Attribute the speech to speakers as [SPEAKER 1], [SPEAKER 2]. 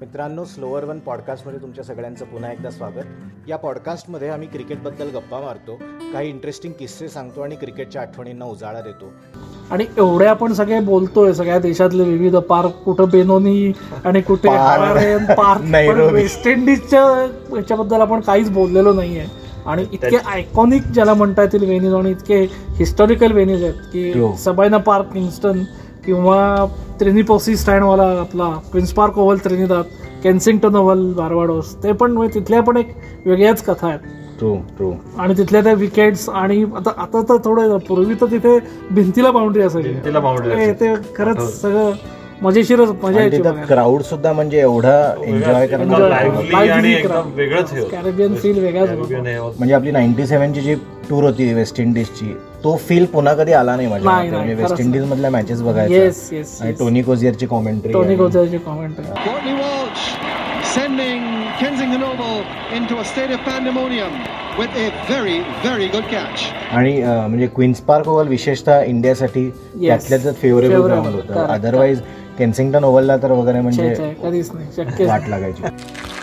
[SPEAKER 1] मित्रांनो slower one पॉडकास्टमध्ये तुमच्या सगळ्यांचं पुन्हा एकदा स्वागत या पॉडकास्टमध्ये आम्ही क्रिकेटबद्दल गप्पा मारतो काही इंटरेस्टिंग किस्से सांगतो आणि क्रिकेटच्या आठवणींना उजाळा देतो
[SPEAKER 2] आणि एवढे आपण सगळे बोलतोय सगळ्या देशातले विविध पार्क कुठं बेनोनी आणि कुठे
[SPEAKER 1] पार.
[SPEAKER 2] हारारेन पार्क
[SPEAKER 1] नैरोबी.
[SPEAKER 2] वेस्ट इंडिजच्या याच्याबद्दल आपण काहीच बोललेलो नाहीये आणि इतके आयकॉनिक ज्याला म्हणता येतील वेनिज आणि इतके हिस्टॉरिकल वेनिज आहेत
[SPEAKER 1] True.
[SPEAKER 2] की सबायना पार्क किंगस्टन किंवा त्रिनिपोसी स्टँडवाला आपला Queens Park Oval Trinidad Kensington Oval Barbados ते पण म्हणजे तिथल्या पण एक वेगळ्याच कथा आहेत
[SPEAKER 1] ट्रू ट्रू
[SPEAKER 2] आणि तिथल्या त्या विकेट्स आणि आता आता तर थोडं पूर्वी तर तिथे भिंतीला बाउंड्री असायची
[SPEAKER 3] भिंतीला boundary हो.
[SPEAKER 2] ते- ते खरंच सगळं मजेशीरच मजा यायची
[SPEAKER 1] क्राऊड सुद्धा म्हणजे एवढा एन्जॉय
[SPEAKER 2] करणारा Enjoy.
[SPEAKER 1] करणार
[SPEAKER 2] होता.
[SPEAKER 3] Lively आणि एकदम वेगळंच हे होतं.
[SPEAKER 2] कॅरेबियन फील वेगळाच होता.
[SPEAKER 3] Caribbean हे होतं.
[SPEAKER 1] म्हणजे आपली नाईन्टी सेव्हनची जी टूर होती वेस्ट इंडिजची तो फील पुन्हा कधी आला नाही माझ्या
[SPEAKER 2] नाही,
[SPEAKER 1] मते. म्हणजे
[SPEAKER 2] नाही,
[SPEAKER 1] वेस्ट
[SPEAKER 2] खरंच.
[SPEAKER 1] इंडिज मधल्या मॅचेस
[SPEAKER 2] येस
[SPEAKER 1] बघायच्या
[SPEAKER 2] येस
[SPEAKER 1] आणि टोनी कोझियरची कॉमेंट्री
[SPEAKER 2] टोनी कोचाची comment
[SPEAKER 4] Courtney Walsh sending Kensington Oval into a state of pandemonium with a very, very good catch.
[SPEAKER 1] आणि अं, म्हणजे क्वीन्स पार्क ओव्हल विशेषतः इंडियासाठी त्यातल्या त्यात फेवरेबल
[SPEAKER 2] Favorable,
[SPEAKER 1] ग्राउंड होतं
[SPEAKER 2] correct.
[SPEAKER 1] अदरवाईज केन्सिंगटन ओव्हलला तर वगैरे म्हणजे
[SPEAKER 2] कधीच नाही शक्य
[SPEAKER 1] वाट लागायची